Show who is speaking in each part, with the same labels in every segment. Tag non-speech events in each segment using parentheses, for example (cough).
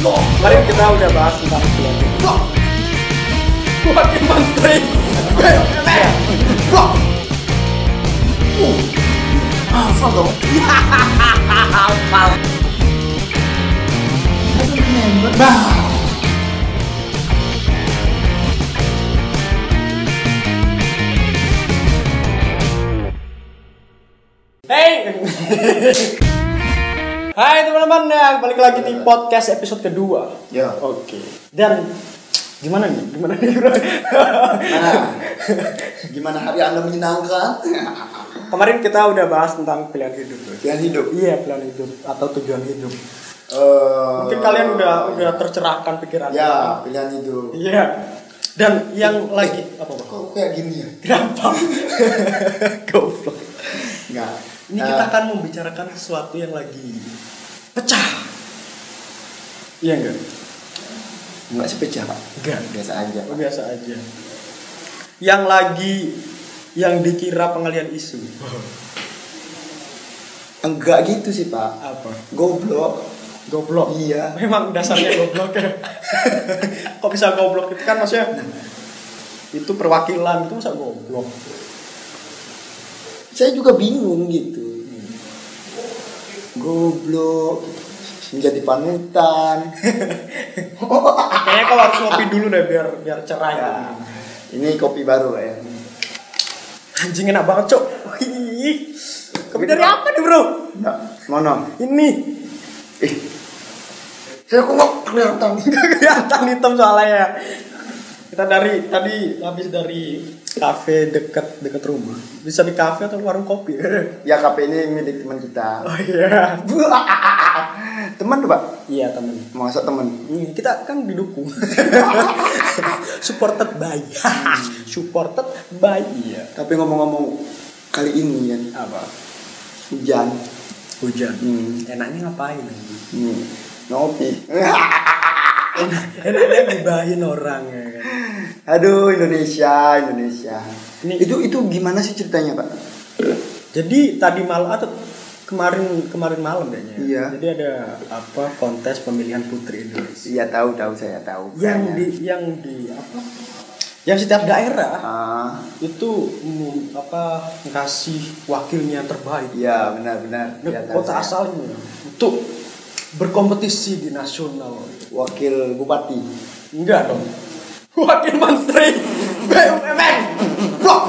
Speaker 1: kemarin kita udah bahas tentang blocking Blocking menteri
Speaker 2: Blok. Uh. Hafal dong. Hafal. Nah.
Speaker 1: Hey Hai teman-teman, nah, balik lagi di podcast episode kedua
Speaker 2: Ya.
Speaker 1: Oke Dan gimana nih? Gimana nih?
Speaker 2: Nah. (laughs) Gimana hari Anda
Speaker 1: (laughs)
Speaker 2: menyenangkan?
Speaker 1: (laughs) Kemarin kita udah bahas tentang pilihan hidup
Speaker 2: Pilihan hidup.
Speaker 1: Iya, pilihan hidup atau tujuan hidup
Speaker 2: Eh,
Speaker 1: Mungkin kalian udah udah tercerahkan pikirannya
Speaker 2: Ya, pilihan hidup.
Speaker 1: Iya. Dan yang lagi apa Bang?
Speaker 2: Kok kayak gini ya?
Speaker 1: Kenapa? (laughs) Goblok.
Speaker 2: Enggak. Eh,
Speaker 1: Ini kita akan membicarakan sesuatu yang lagi pecah. Iya enggak?
Speaker 2: enggak sepecah, Pak.
Speaker 1: Enggak.
Speaker 2: Biasa aja. Pak.
Speaker 1: Oh, Biasa aja. Yang lagi yang dikira pengalian isu.
Speaker 2: Enggak gitu sih, Pak.
Speaker 1: Apa?
Speaker 2: Goblok.
Speaker 1: Goblok.
Speaker 2: Iya.
Speaker 1: Memang dasarnya goblok ya. Kok bisa goblok itu kan maksudnya itu perwakilan itu masa goblok.
Speaker 2: Saya juga bingung gitu. Goblok. Menjadi
Speaker 1: (laughs)
Speaker 2: panutan. (laughs)
Speaker 1: Kayaknya kau harus ngopi dulu deh biar biar cerah
Speaker 2: Ya.
Speaker 1: ya.
Speaker 2: Ini kopi baru Pak, ya.
Speaker 1: Anjing enak banget, Cok. Wih. Kopi dari apa nih, Bro?
Speaker 2: Enggak. Mana?
Speaker 1: Ini (laughs)
Speaker 2: Ih. Eh, Saya kok nggak kelihatan.
Speaker 1: nggak kelihatan hitam soalnya. Kita dari tadi habis dari kafe dekat dekat rumah. Bisa di kafe atau warung kopi. (laughs)
Speaker 2: ya kafe ini milik teman kita. (laughs)
Speaker 1: oh iya.
Speaker 2: teman tuh, Pak.
Speaker 1: Iya, temen.
Speaker 2: Masa teman?
Speaker 1: Ini kita kan (laughs) didukung. Supported by. Supported by. Hmm. Iya.
Speaker 2: Tapi ngomong-ngomong kali ini kan
Speaker 1: Apa?
Speaker 2: hujan.
Speaker 1: Hujan.
Speaker 2: Hmm.
Speaker 1: Enaknya ngapain? anjing?
Speaker 2: Hmm. Ngopi. Eh,
Speaker 1: Enaknya gibahin orang ya kan.
Speaker 2: Aduh Indonesia, Indonesia.
Speaker 1: Ini-
Speaker 2: Itu itu gimana sih ceritanya Pak?
Speaker 1: Jadi tadi malam atau kemarin kemarin malam kayaknya. ya?
Speaker 2: Iya.
Speaker 1: Jadi ada apa kontes pemilihan putri Indonesia
Speaker 2: Iya tahu tahu saya tahu.
Speaker 1: yang di yang di apa? Iya. Yang setiap daerah
Speaker 2: Ah,
Speaker 1: itu mm, apa ngasih wakilnya terbaik
Speaker 2: iya benar-benar.
Speaker 1: dari
Speaker 2: Iya, tahu
Speaker 1: kota
Speaker 2: saya.
Speaker 1: asalnya untuk berkompetisi di nasional.
Speaker 2: Wakil Bupati.
Speaker 1: Enggak dong. Wakil Menteri BUMN. Blok.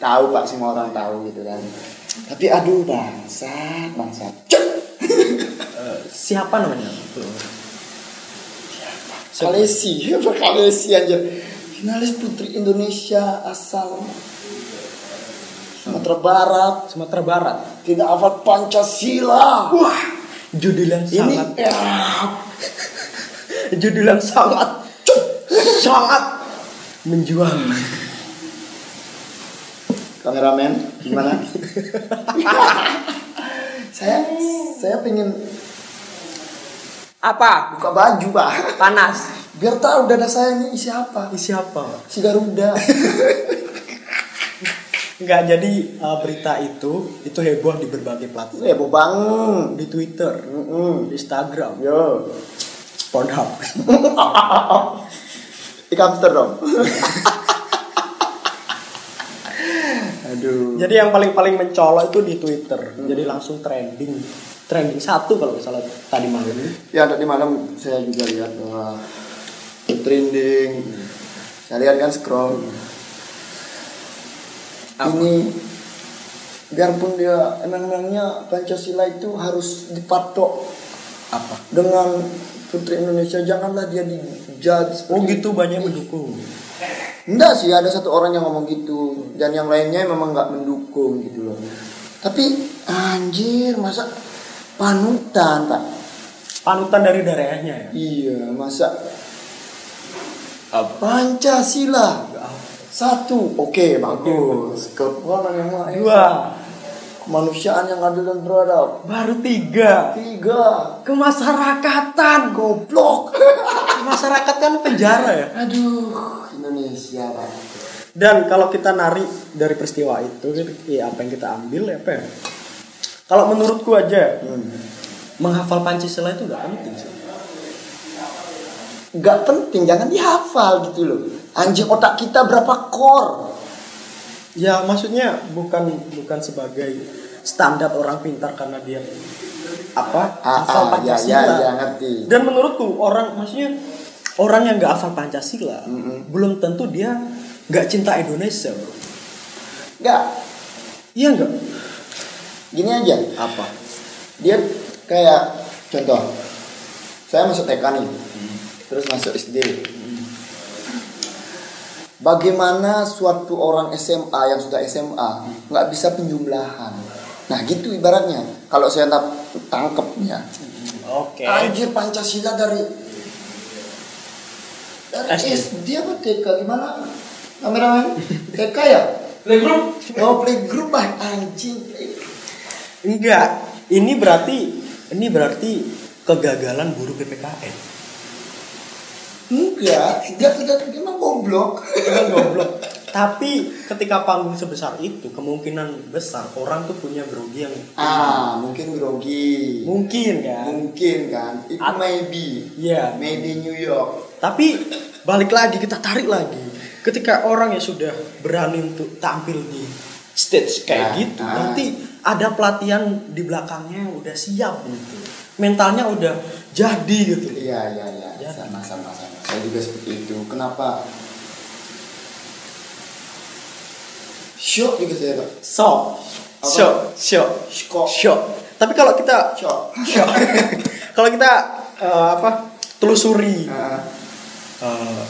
Speaker 2: Tahu Pak semua orang tahu gitu kan. Tapi aduh bangsat bangsat. Cuk!
Speaker 1: Eh, siapa namanya?
Speaker 2: Kalesi, (laughs) Kalesi aja. Finalis Putri Indonesia asal Sumatera Barat.
Speaker 1: Sumatera Barat.
Speaker 2: Tidak hafal Pancasila. Wah,
Speaker 1: Judul yang
Speaker 2: ini
Speaker 1: sangat
Speaker 2: ya,
Speaker 1: judul yang sangat sangat menjual
Speaker 2: kameramen gimana saya saya pengen
Speaker 1: apa
Speaker 2: buka baju pak
Speaker 1: panas
Speaker 2: biar tahu dada saya ini isi apa
Speaker 1: isi apa
Speaker 2: si Garuda
Speaker 1: nggak jadi uh, berita itu itu heboh di berbagai platform
Speaker 2: ya bobang
Speaker 1: di Twitter di Instagram
Speaker 2: Hmm, yo
Speaker 1: Pornhub
Speaker 2: ikan hamster dong aduh
Speaker 1: jadi yang paling paling mencolok itu di Twitter jadi langsung trending trending satu kalau nggak salah tadi malam
Speaker 2: ya tadi malam saya juga lihat bahwa trending saya lihat kan scroll ini biarpun dia emang-emangnya Pancasila itu harus dipatok
Speaker 1: apa
Speaker 2: dengan putri Indonesia janganlah dia dijudge
Speaker 1: oh gitu banyak mendukung
Speaker 2: enggak sih ada satu orang yang ngomong gitu dan yang lainnya memang nggak mendukung gitu loh tapi anjir masa panutan pak
Speaker 1: panutan dari daerahnya ya
Speaker 2: iya masa
Speaker 1: apa
Speaker 2: Pancasila satu oke bagus kekuatan yang maha esa
Speaker 1: dua
Speaker 2: kemanusiaan yang adil dan beradab
Speaker 1: baru tiga
Speaker 2: tiga
Speaker 1: kemasyarakatan (laughs)
Speaker 2: goblok
Speaker 1: masyarakat kan penjara ya
Speaker 2: aduh Indonesia Pak.
Speaker 1: dan kalau kita narik dari peristiwa itu ya apa yang kita ambil ya apa ya kalau menurutku aja menghafal pancasila itu nggak penting sih
Speaker 2: nggak penting jangan dihafal gitu loh anjing otak kita berapa core
Speaker 1: Ya maksudnya bukan bukan sebagai standar orang pintar karena dia apa
Speaker 2: Ah,
Speaker 1: hafal
Speaker 2: ah, ya,
Speaker 1: Pancasila.
Speaker 2: ya, ya, ngerti.
Speaker 1: Dan menurutku orang maksudnya orang yang nggak hafal Pancasila belum tentu dia nggak cinta Indonesia, bro.
Speaker 2: nggak
Speaker 1: Iya nggak?
Speaker 2: gini aja
Speaker 1: Apa?
Speaker 2: dia kayak contoh saya masuk TK nih
Speaker 1: Hmm.
Speaker 2: terus masuk SD bagaimana suatu orang SMA yang sudah SMA
Speaker 1: Hmm.
Speaker 2: nggak bisa penjumlahan nah gitu ibaratnya kalau saya tap- tangkepnya
Speaker 1: Oke.
Speaker 2: anjir Pancasila dari dari
Speaker 1: SD.
Speaker 2: SD apa TK gimana
Speaker 1: (laughs)
Speaker 2: kameramen TK ya
Speaker 3: Playgroup
Speaker 2: oh playgroup ah anjing
Speaker 1: Enggak. Ini berarti ini berarti kegagalan guru PPKN.
Speaker 2: enggak dia tidak emang goblok
Speaker 1: Kan goblok. Tapi ketika panggung sebesar itu kemungkinan besar orang tuh punya grogi yang
Speaker 2: Ah, mungkin grogi.
Speaker 1: mungkin kan.
Speaker 2: Mungkin kan. Itu
Speaker 1: At-
Speaker 2: maybe.
Speaker 1: Iya.
Speaker 2: Maybe New York.
Speaker 1: Tapi balik lagi kita tarik lagi. Ketika orang yang sudah berani untuk tampil di stage kayak
Speaker 2: Nah,
Speaker 1: gitu,
Speaker 2: nah.
Speaker 1: nanti ada pelatihan di belakangnya yang udah siap gitu. Mentalnya udah jadi gitu.
Speaker 2: Iya, iya, iya.
Speaker 1: Ya.
Speaker 2: Sama, sama, sama. Saya juga seperti itu. Kenapa? Shock juga saya, Pak.
Speaker 1: So,
Speaker 2: Apa?
Speaker 1: shock, shock,
Speaker 2: Shock.
Speaker 1: shock. Tapi kalau kita
Speaker 2: Shock.
Speaker 1: shock. (laughs) kalau kita eh, apa? telusuri
Speaker 2: Ah,
Speaker 1: eh,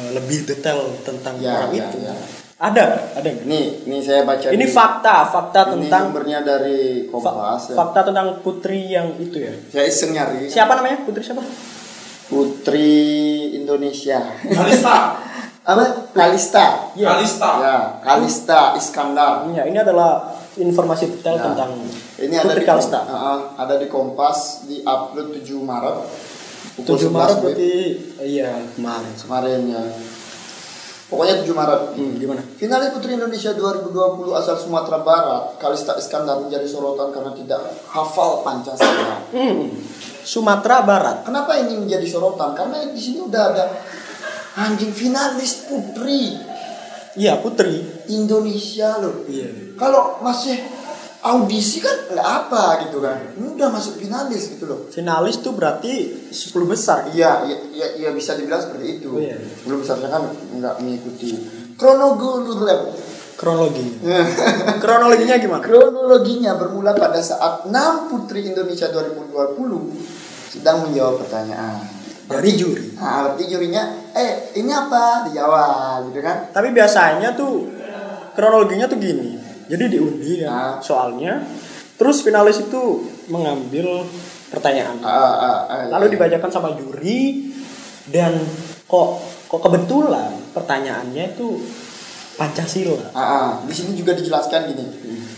Speaker 1: eh, lebih detail tentang
Speaker 2: Ya,
Speaker 1: orang
Speaker 2: ya,
Speaker 1: itu.
Speaker 2: ya.
Speaker 1: Ada, nggak? ada. nggak?
Speaker 2: Nih, nih saya baca
Speaker 1: Ini
Speaker 2: di-
Speaker 1: fakta, fakta
Speaker 2: ini
Speaker 1: tentang
Speaker 2: sumbernya dari
Speaker 1: Fa-
Speaker 2: Kompas. ya.
Speaker 1: fakta tentang putri yang itu ya.
Speaker 2: Saya iseng nyari.
Speaker 1: Siapa namanya? Putri siapa?
Speaker 2: Putri Indonesia.
Speaker 3: Kalista
Speaker 2: (laughs) Apa? Kalista.
Speaker 1: Iya.
Speaker 3: Kalista
Speaker 2: Ya, Kalista Iskandar.
Speaker 1: Ya, ini adalah informasi detail
Speaker 2: Ya.
Speaker 1: Oh, tentang
Speaker 2: ini ada
Speaker 1: Putri
Speaker 2: di
Speaker 1: Kalista.
Speaker 2: Heeh, ada di Kompas di upload 7 Maret.
Speaker 1: 7
Speaker 2: 11
Speaker 1: Maret
Speaker 2: WIB
Speaker 1: berarti iya kemarin.
Speaker 2: kemarin ya. Pokoknya 7 Maret.
Speaker 1: Hmm, gimana?
Speaker 2: Finalis Putri Indonesia 2020 asal Sumatera Barat, Kalista Iskandar menjadi sorotan karena tidak hafal Pancasila.
Speaker 1: Hmm. Sumatera Barat.
Speaker 2: Kenapa ini menjadi sorotan? Karena di sini udah ada anjing finalis putri
Speaker 1: Iya, Putri.
Speaker 2: Indonesia loh.
Speaker 1: Iya.
Speaker 2: Kalau masih audisi kan nggak apa gitu kan. Ini udah masuk finalis gitu loh.
Speaker 1: Finalis tuh berarti 10 besar.
Speaker 2: Iya, iya, iya, iya, bisa dibilang seperti itu.
Speaker 1: Oh, iya.
Speaker 2: Belum seharusnya kan nggak mengikuti kronologi.
Speaker 1: Kronologinya. Kronologinya gimana?
Speaker 2: (laughs) Kronologinya bermula pada saat 6 Putri Indonesia 2020 sedang menjawab pertanyaan.
Speaker 1: Dari juri.
Speaker 2: Nah, berarti jurinya, eh ini apa? Dijawab gitu kan.
Speaker 1: Tapi biasanya tuh kronologinya tuh gini. Jadi diundi
Speaker 2: Ah.
Speaker 1: ya soalnya. Terus finalis itu mengambil pertanyaan.
Speaker 2: Ah, ah, ah, iya.
Speaker 1: lalu dibacakan sama juri dan kok kok kebetulan pertanyaannya itu Pancasila
Speaker 2: Ah, ah. di sini juga dijelaskan gini.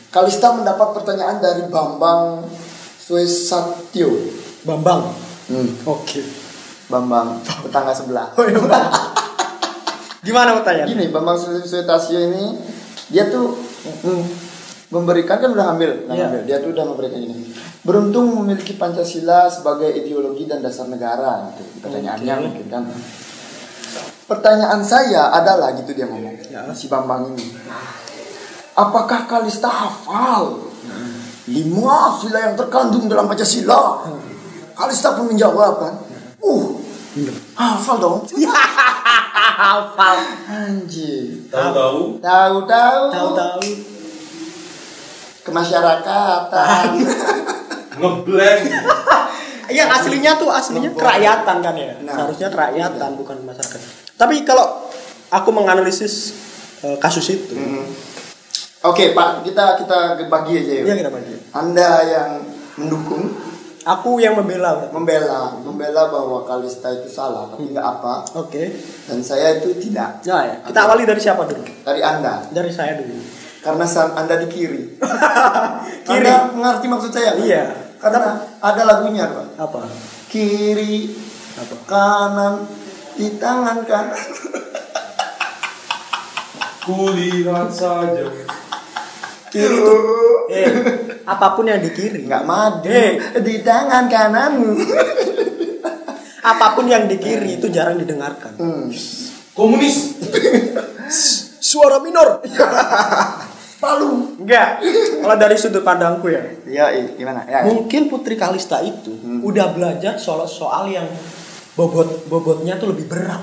Speaker 2: Kalista mendapat pertanyaan dari Bambang Suesatyo.
Speaker 1: Bambang
Speaker 2: Hmm.
Speaker 1: oke (laughs)
Speaker 2: Bambang, tetangga sebelah.
Speaker 1: gimana pertanyaannya
Speaker 2: gini Bambang Susetasio ini dia tuh mm, memberikan kan udah hamil, udah
Speaker 1: Iya.
Speaker 2: hamil. dia tuh udah memberikan ini beruntung memiliki Pancasila sebagai ideologi dan dasar negara gitu pertanyaannya
Speaker 1: Oke.
Speaker 2: mungkin kan pertanyaan saya adalah gitu dia ngomong
Speaker 1: Ya.
Speaker 2: si Bambang ini apakah Kalista hafal lima sila yang terkandung dalam Pancasila Kalista pun menjawab kan uh
Speaker 1: Iya.
Speaker 2: hafal dong
Speaker 1: hafal
Speaker 2: anjir
Speaker 3: Tahu-tahu
Speaker 2: Tahu-tahu
Speaker 1: tahu-tahu (laughs)
Speaker 2: kemasyarakatan.
Speaker 3: Ngeblank
Speaker 1: yang Iya, aslinya tuh aslinya
Speaker 2: Ngebom.
Speaker 1: kerakyatan kan ya
Speaker 2: Nah.
Speaker 1: seharusnya kerakyatan bukan masyarakat tapi kalau aku menganalisis eh, kasus itu
Speaker 2: Mm. Oke, Pak, kita kita bagi aja yuk.
Speaker 1: ya kita bagi
Speaker 2: Anda yang mendukung,
Speaker 1: aku yang membela oke
Speaker 2: membela, membela bahwa Kalista itu salah, tapi nggak apa. Dan saya itu tidak.
Speaker 1: Hmm. Nah, ya. kita awali dari siapa dulu
Speaker 2: Dari Anda,
Speaker 1: dari saya (laughs) dulu
Speaker 2: karena san- Anda di kiri.
Speaker 1: (laughs) Kiri.
Speaker 2: Anda mengerti maksud saya? kan?
Speaker 1: Iya.
Speaker 2: Karena ada lagunya, Pak.
Speaker 1: apa
Speaker 2: Kiri,
Speaker 1: apa
Speaker 2: kanan, di tangan kanan.
Speaker 3: Kulihat saja
Speaker 1: (laughs) kiri tuh eh, apapun yang di kiri
Speaker 2: Nggak madu,
Speaker 1: Eh. (laughs)
Speaker 2: di tangan kananmu.
Speaker 1: apapun yang di kiri itu jarang didengarkan.
Speaker 2: Hmm.
Speaker 3: Komunis.
Speaker 1: Suara minor.
Speaker 2: Palu.
Speaker 1: Enggak. Kalau dari sudut pandangku ya.
Speaker 2: Iya, iya, gimana? Ya. iya.
Speaker 1: Mungkin Putri Kalista itu
Speaker 2: Hmm.
Speaker 1: udah belajar soal-soal yang bobot bobotnya tuh lebih berat.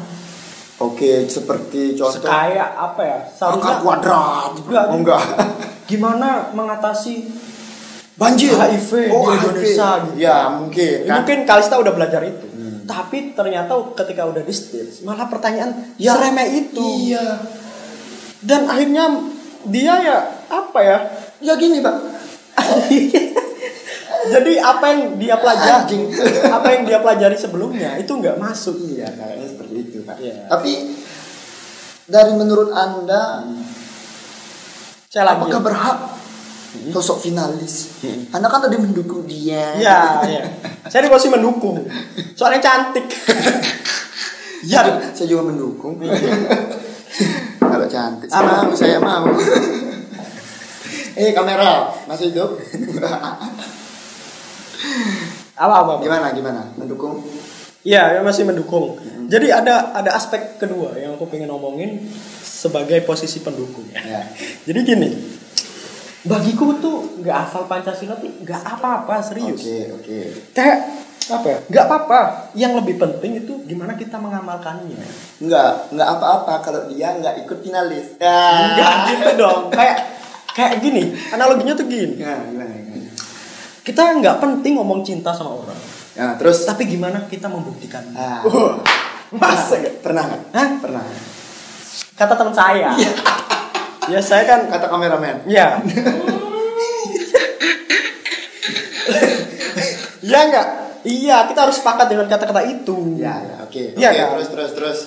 Speaker 2: Oke, seperti contoh
Speaker 1: Kayak apa ya?
Speaker 2: angka
Speaker 1: Seharusnya
Speaker 2: kuadrat.
Speaker 1: Enggak.
Speaker 2: Oh, enggak.
Speaker 1: gimana mengatasi
Speaker 2: (laughs) Banjir
Speaker 1: HIV
Speaker 2: oh,
Speaker 1: di
Speaker 2: HIV.
Speaker 1: Indonesia gitu.
Speaker 2: Ya, mungkin kan. Hmm.
Speaker 1: Mungkin Kalista udah belajar itu. Tapi ternyata ketika udah di stage malah pertanyaan ya remeh itu.
Speaker 2: Kan? Iya.
Speaker 1: Dan akhirnya dia ya apa ya?
Speaker 2: Ya gini, Pak.
Speaker 1: (laughs) Jadi apa yang dia pelajari,
Speaker 2: Anjing.
Speaker 1: apa yang dia pelajari sebelumnya itu nggak masuk.
Speaker 2: Iya, kayaknya seperti itu, Pak.
Speaker 1: Iya.
Speaker 2: Tapi dari menurut Anda
Speaker 1: Hmm. Saya lagi.
Speaker 2: apakah berhak
Speaker 1: Hmm.
Speaker 2: sosok finalis? Anda kan tadi mendukung dia.
Speaker 1: Iya,
Speaker 2: (laughs)
Speaker 1: iya. Saya di posisi mendukung. Soalnya cantik.
Speaker 2: Ya,
Speaker 1: Ya.
Speaker 2: saya juga mendukung.
Speaker 1: Iya.
Speaker 2: (laughs) Kalau cantik, saya mau, saya mau. (laughs) eh, kamera masih
Speaker 1: (laughs)
Speaker 2: hidup?
Speaker 1: Apa apa? apa?
Speaker 2: gimana, gimana? Mendukung?
Speaker 1: Iya, ya masih mendukung. Jadi ada ada aspek kedua yang aku pengen omongin sebagai posisi pendukung.
Speaker 2: Ya.
Speaker 1: Jadi gini, bagiku tuh nggak hafal Pancasila tuh nggak apa-apa serius.
Speaker 2: Oke, oke.
Speaker 1: Kayak apa ya? Nggak apa-apa. Yang lebih penting itu gimana kita mengamalkannya.
Speaker 2: Enggak, enggak apa-apa kalau dia enggak ikut finalis. Ya.
Speaker 1: Nggak gitu dong. Kayak kayak gini. Analoginya tuh gini.
Speaker 2: Gimana, gimana, gimana?
Speaker 1: Kita nggak penting ngomong cinta sama orang.
Speaker 2: Ya, terus
Speaker 1: Tapi gimana kita membuktikannya?
Speaker 2: Ah.
Speaker 1: Wah, (laughs) Oh, Masa nggak?
Speaker 2: pernah nggak?
Speaker 1: Hah?
Speaker 2: Pernah.
Speaker 1: Kata teman saya.
Speaker 2: Iya.
Speaker 1: ya saya kan
Speaker 2: Kata kameramen.
Speaker 1: Ya. ya enggak? Iya, kita harus sepakat dengan kata-kata itu.
Speaker 2: Ya, ya, oke. Oke,
Speaker 1: Iya, kan?
Speaker 2: terus terus terus.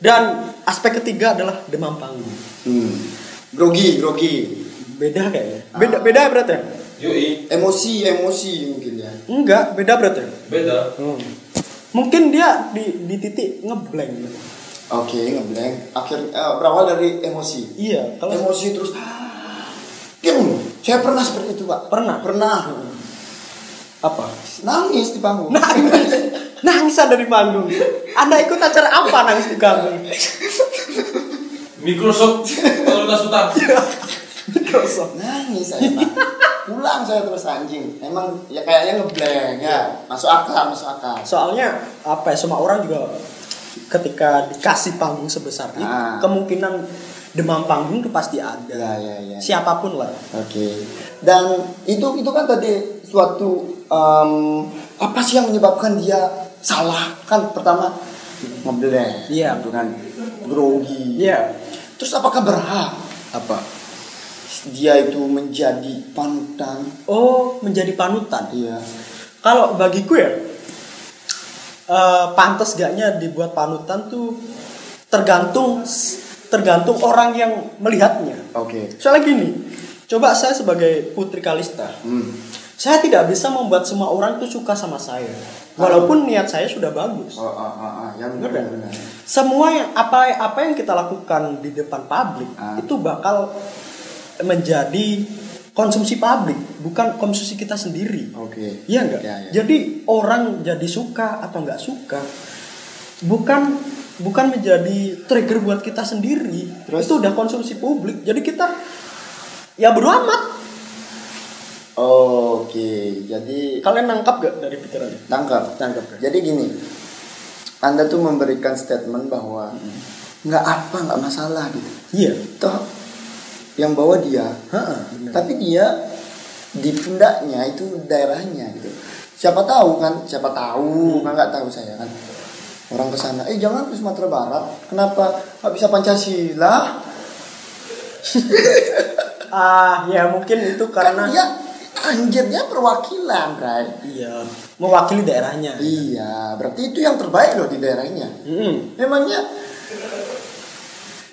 Speaker 1: Dan aspek ketiga adalah demam panggung.
Speaker 2: Hmm. Grogi, grogi.
Speaker 1: Beda kayaknya. Beda
Speaker 2: Ah.
Speaker 1: beda berarti. ya?
Speaker 3: Yoi,
Speaker 2: Emosi, emosi mungkin ya.
Speaker 1: Enggak, beda berarti. ya?
Speaker 3: beda.
Speaker 1: Hmm. Mungkin dia di di titik ngeblank. gitu.
Speaker 2: Oke, ngeblank. Akhir eh, berawal dari emosi.
Speaker 1: Iya, kalau
Speaker 2: Emosi terus. Pium. Saya pernah seperti itu, Pak.
Speaker 1: Pernah?
Speaker 2: Pernah.
Speaker 1: apa?
Speaker 2: Nangis di panggung.
Speaker 1: Nangis. Nangis ada di panggung. Anda ikut acara apa nangis di panggung?
Speaker 3: Microsoft kalau nggak sultan.
Speaker 1: Microsoft.
Speaker 2: Nangis saya, Pak. Pulang saya terus anjing. Emang ya kayaknya ngeblank ya. Masuk akal, masuk akal.
Speaker 1: soalnya apa ya semua orang juga ketika dikasih panggung sebesar itu
Speaker 2: Ah.
Speaker 1: kemungkinan demam panggung itu pasti
Speaker 2: Ya,
Speaker 1: ada
Speaker 2: ya, ya.
Speaker 1: siapapun lah
Speaker 2: Oke. Dan itu itu kan tadi suatu em, apa sih yang menyebabkan dia salah? Kan pertama ngeblank,
Speaker 1: Iya.
Speaker 2: bukan grogi.
Speaker 1: Iya.
Speaker 2: Terus apakah berhak
Speaker 1: apa
Speaker 2: dia itu menjadi panutan?
Speaker 1: oh menjadi panutan
Speaker 2: Iya.
Speaker 1: kalau bagiku ya eh, pantas gaknya dibuat panutan tuh tergantung tergantung orang yang melihatnya
Speaker 2: Oke.
Speaker 1: soalnya gini coba saya sebagai putri kalista
Speaker 2: Hmm.
Speaker 1: saya tidak bisa membuat semua orang tuh suka sama saya walaupun niat saya sudah bagus
Speaker 2: Oh, oh, oh, oh. yang
Speaker 1: Bener
Speaker 2: benar
Speaker 1: kan?
Speaker 2: benar.
Speaker 1: semua yang apa apa yang kita lakukan di depan publik
Speaker 2: Ah.
Speaker 1: itu bakal menjadi konsumsi publik bukan konsumsi kita sendiri
Speaker 2: Oke.
Speaker 1: Iya enggak
Speaker 2: Ya, ya.
Speaker 1: jadi orang jadi suka atau nggak suka bukan bukan menjadi trigger buat kita sendiri
Speaker 2: Terus?
Speaker 1: itu udah konsumsi publik jadi kita ya bodo amat
Speaker 2: Oke. Jadi
Speaker 1: kalian nangkap gak dari pikirannya
Speaker 2: tangkap
Speaker 1: Tangkap, ya.
Speaker 2: jadi gini anda tuh memberikan statement bahwa nggak apa nggak masalah gitu
Speaker 1: iya
Speaker 2: toh yang bawa dia
Speaker 1: Heeh,
Speaker 2: tapi dia di pundaknya itu daerahnya gitu siapa tahu kan siapa tahu kan nggak tahu saya kan orang ke sana eh jangan ke Sumatera Barat kenapa nggak bisa Pancasila
Speaker 1: ah ya mungkin itu karena
Speaker 2: karena dia anjirnya perwakilan Bray
Speaker 1: iya mewakili daerahnya
Speaker 2: iya berarti itu yang terbaik loh di daerahnya
Speaker 1: Mm-mm.
Speaker 2: Memangnya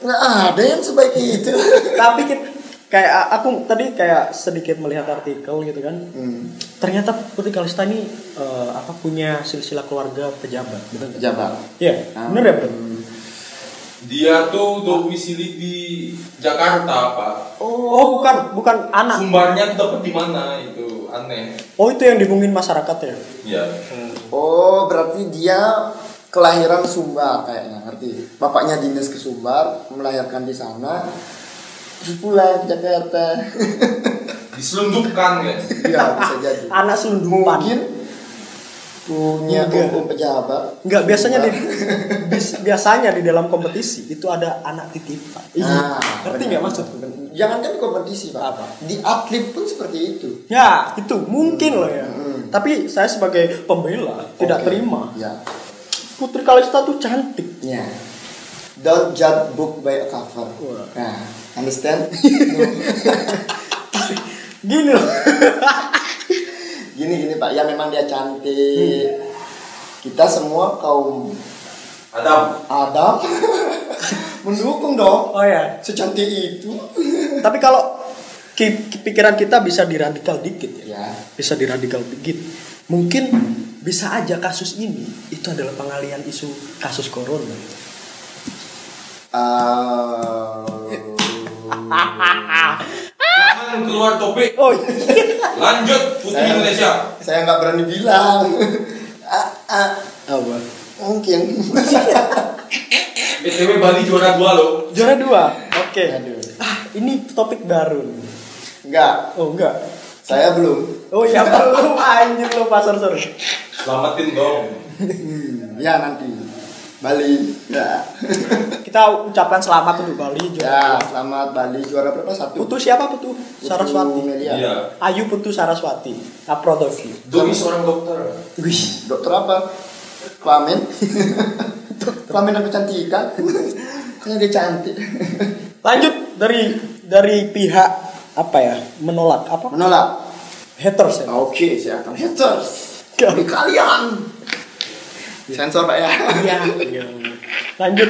Speaker 2: nggak ada yang sebaik itu.
Speaker 1: tapi kit- kayak a- aku tadi kayak sedikit melihat artikel gitu kan ternyata Putri Kalista ini eh, apa punya silsilah keluarga pejabat betul nggak?
Speaker 2: Jabar.
Speaker 1: iya
Speaker 2: Ah.
Speaker 1: bener ya Bro?
Speaker 3: Dia tuh domisili di Jakarta, Pak.
Speaker 1: oh bukan bukan anak
Speaker 3: Sumbarnya tuh dapat di mana itu? aneh.
Speaker 1: Oh itu yang dibungin masyarakat ya?
Speaker 3: Iya.
Speaker 2: Oh, berarti dia kelahiran Sumbar kayaknya, ngerti? Bapaknya dinas ke Sumbar, melahirkan di sana, terus pulang ke Jakarta.
Speaker 1: (laughs)
Speaker 3: Diselundupkan ya. guys.
Speaker 2: Iya, bisa jadi.
Speaker 1: Anak selundupan.
Speaker 2: Mungkin punya
Speaker 1: Enggak.
Speaker 2: hukum pejabat.
Speaker 1: Enggak biasanya di
Speaker 2: Sumbar.
Speaker 1: (laughs) bis- biasanya di dalam kompetisi itu ada anak titipan.
Speaker 2: Ah,
Speaker 1: Iya. Ngerti
Speaker 2: benar.
Speaker 1: nggak maksudku?
Speaker 2: Jangan kan kompetisi, Pak.
Speaker 1: Apa?
Speaker 2: Di atlet pun seperti itu.
Speaker 1: Ya itu mungkin loh ya. Tapi saya sebagai pembela tidak
Speaker 2: Hmm. Oke.
Speaker 1: terima.
Speaker 2: Ya.
Speaker 1: Putri Kalista tuh cantik. (laughs)
Speaker 2: Ya. Don't judge book by a cover.
Speaker 1: Wah.
Speaker 2: Nah, understand? (laughs)
Speaker 1: Gini loh. (laughs)
Speaker 2: gini gini Pak, ya memang dia cantik.
Speaker 1: Hmm.
Speaker 2: Kita semua kaum
Speaker 3: Adam.
Speaker 2: Adam (laughs) mendukung dong.
Speaker 1: Oh ya.
Speaker 2: Secantik itu. (laughs)
Speaker 1: Tapi kalau ki- ki- pikiran kita bisa diradikal dikit ya.
Speaker 2: Ya.
Speaker 1: Bisa diradikal dikit. Mungkin bisa aja kasus ini itu adalah pengalian isu kasus corona.
Speaker 2: Eh,
Speaker 3: Jangan keluar topik.
Speaker 1: Oh (laughs) iya.
Speaker 3: Lanjut putri
Speaker 2: Saya-
Speaker 3: Indonesia.
Speaker 2: saya nggak berani bilang. (laughs) Ah, ah,
Speaker 1: Apa?
Speaker 2: mungkin. (laughs)
Speaker 3: BTW Bali juara dua loh.
Speaker 1: Juara dua. Oke.
Speaker 2: Aduh.
Speaker 1: Ah, ini topik baru. nih.
Speaker 2: Enggak,
Speaker 1: Oh enggak.
Speaker 2: saya belum.
Speaker 1: Oh iya (laughs) belum anjir lo pasar seru.
Speaker 3: Selamatin dong.
Speaker 2: Hmm, ya nanti Bali. Ya. (laughs)
Speaker 1: Kita ucapkan selamat untuk Bali juara.
Speaker 2: ya, selamat Bali juara berapa satu?
Speaker 1: Putu siapa Putu?
Speaker 2: Putu
Speaker 1: Saraswati.
Speaker 2: Melia.
Speaker 3: Iya.
Speaker 1: Ayu Putu Saraswati. I'm proud of you.
Speaker 3: Doi seorang dokter.
Speaker 1: Wih.
Speaker 2: Dokter apa? Kelamin. (laughs) Kelamin apa cantikan? (laughs) Kayaknya dia cantik. (laughs)
Speaker 1: Lanjut dari dari pihak apa ya? Menolak apa?
Speaker 2: Menolak.
Speaker 1: Haters ya.
Speaker 2: Oke, saya akan haters.
Speaker 1: Kami
Speaker 2: Kami kalian. Sensor pak ya. (laughs)
Speaker 1: Iya. Iya. Lanjut.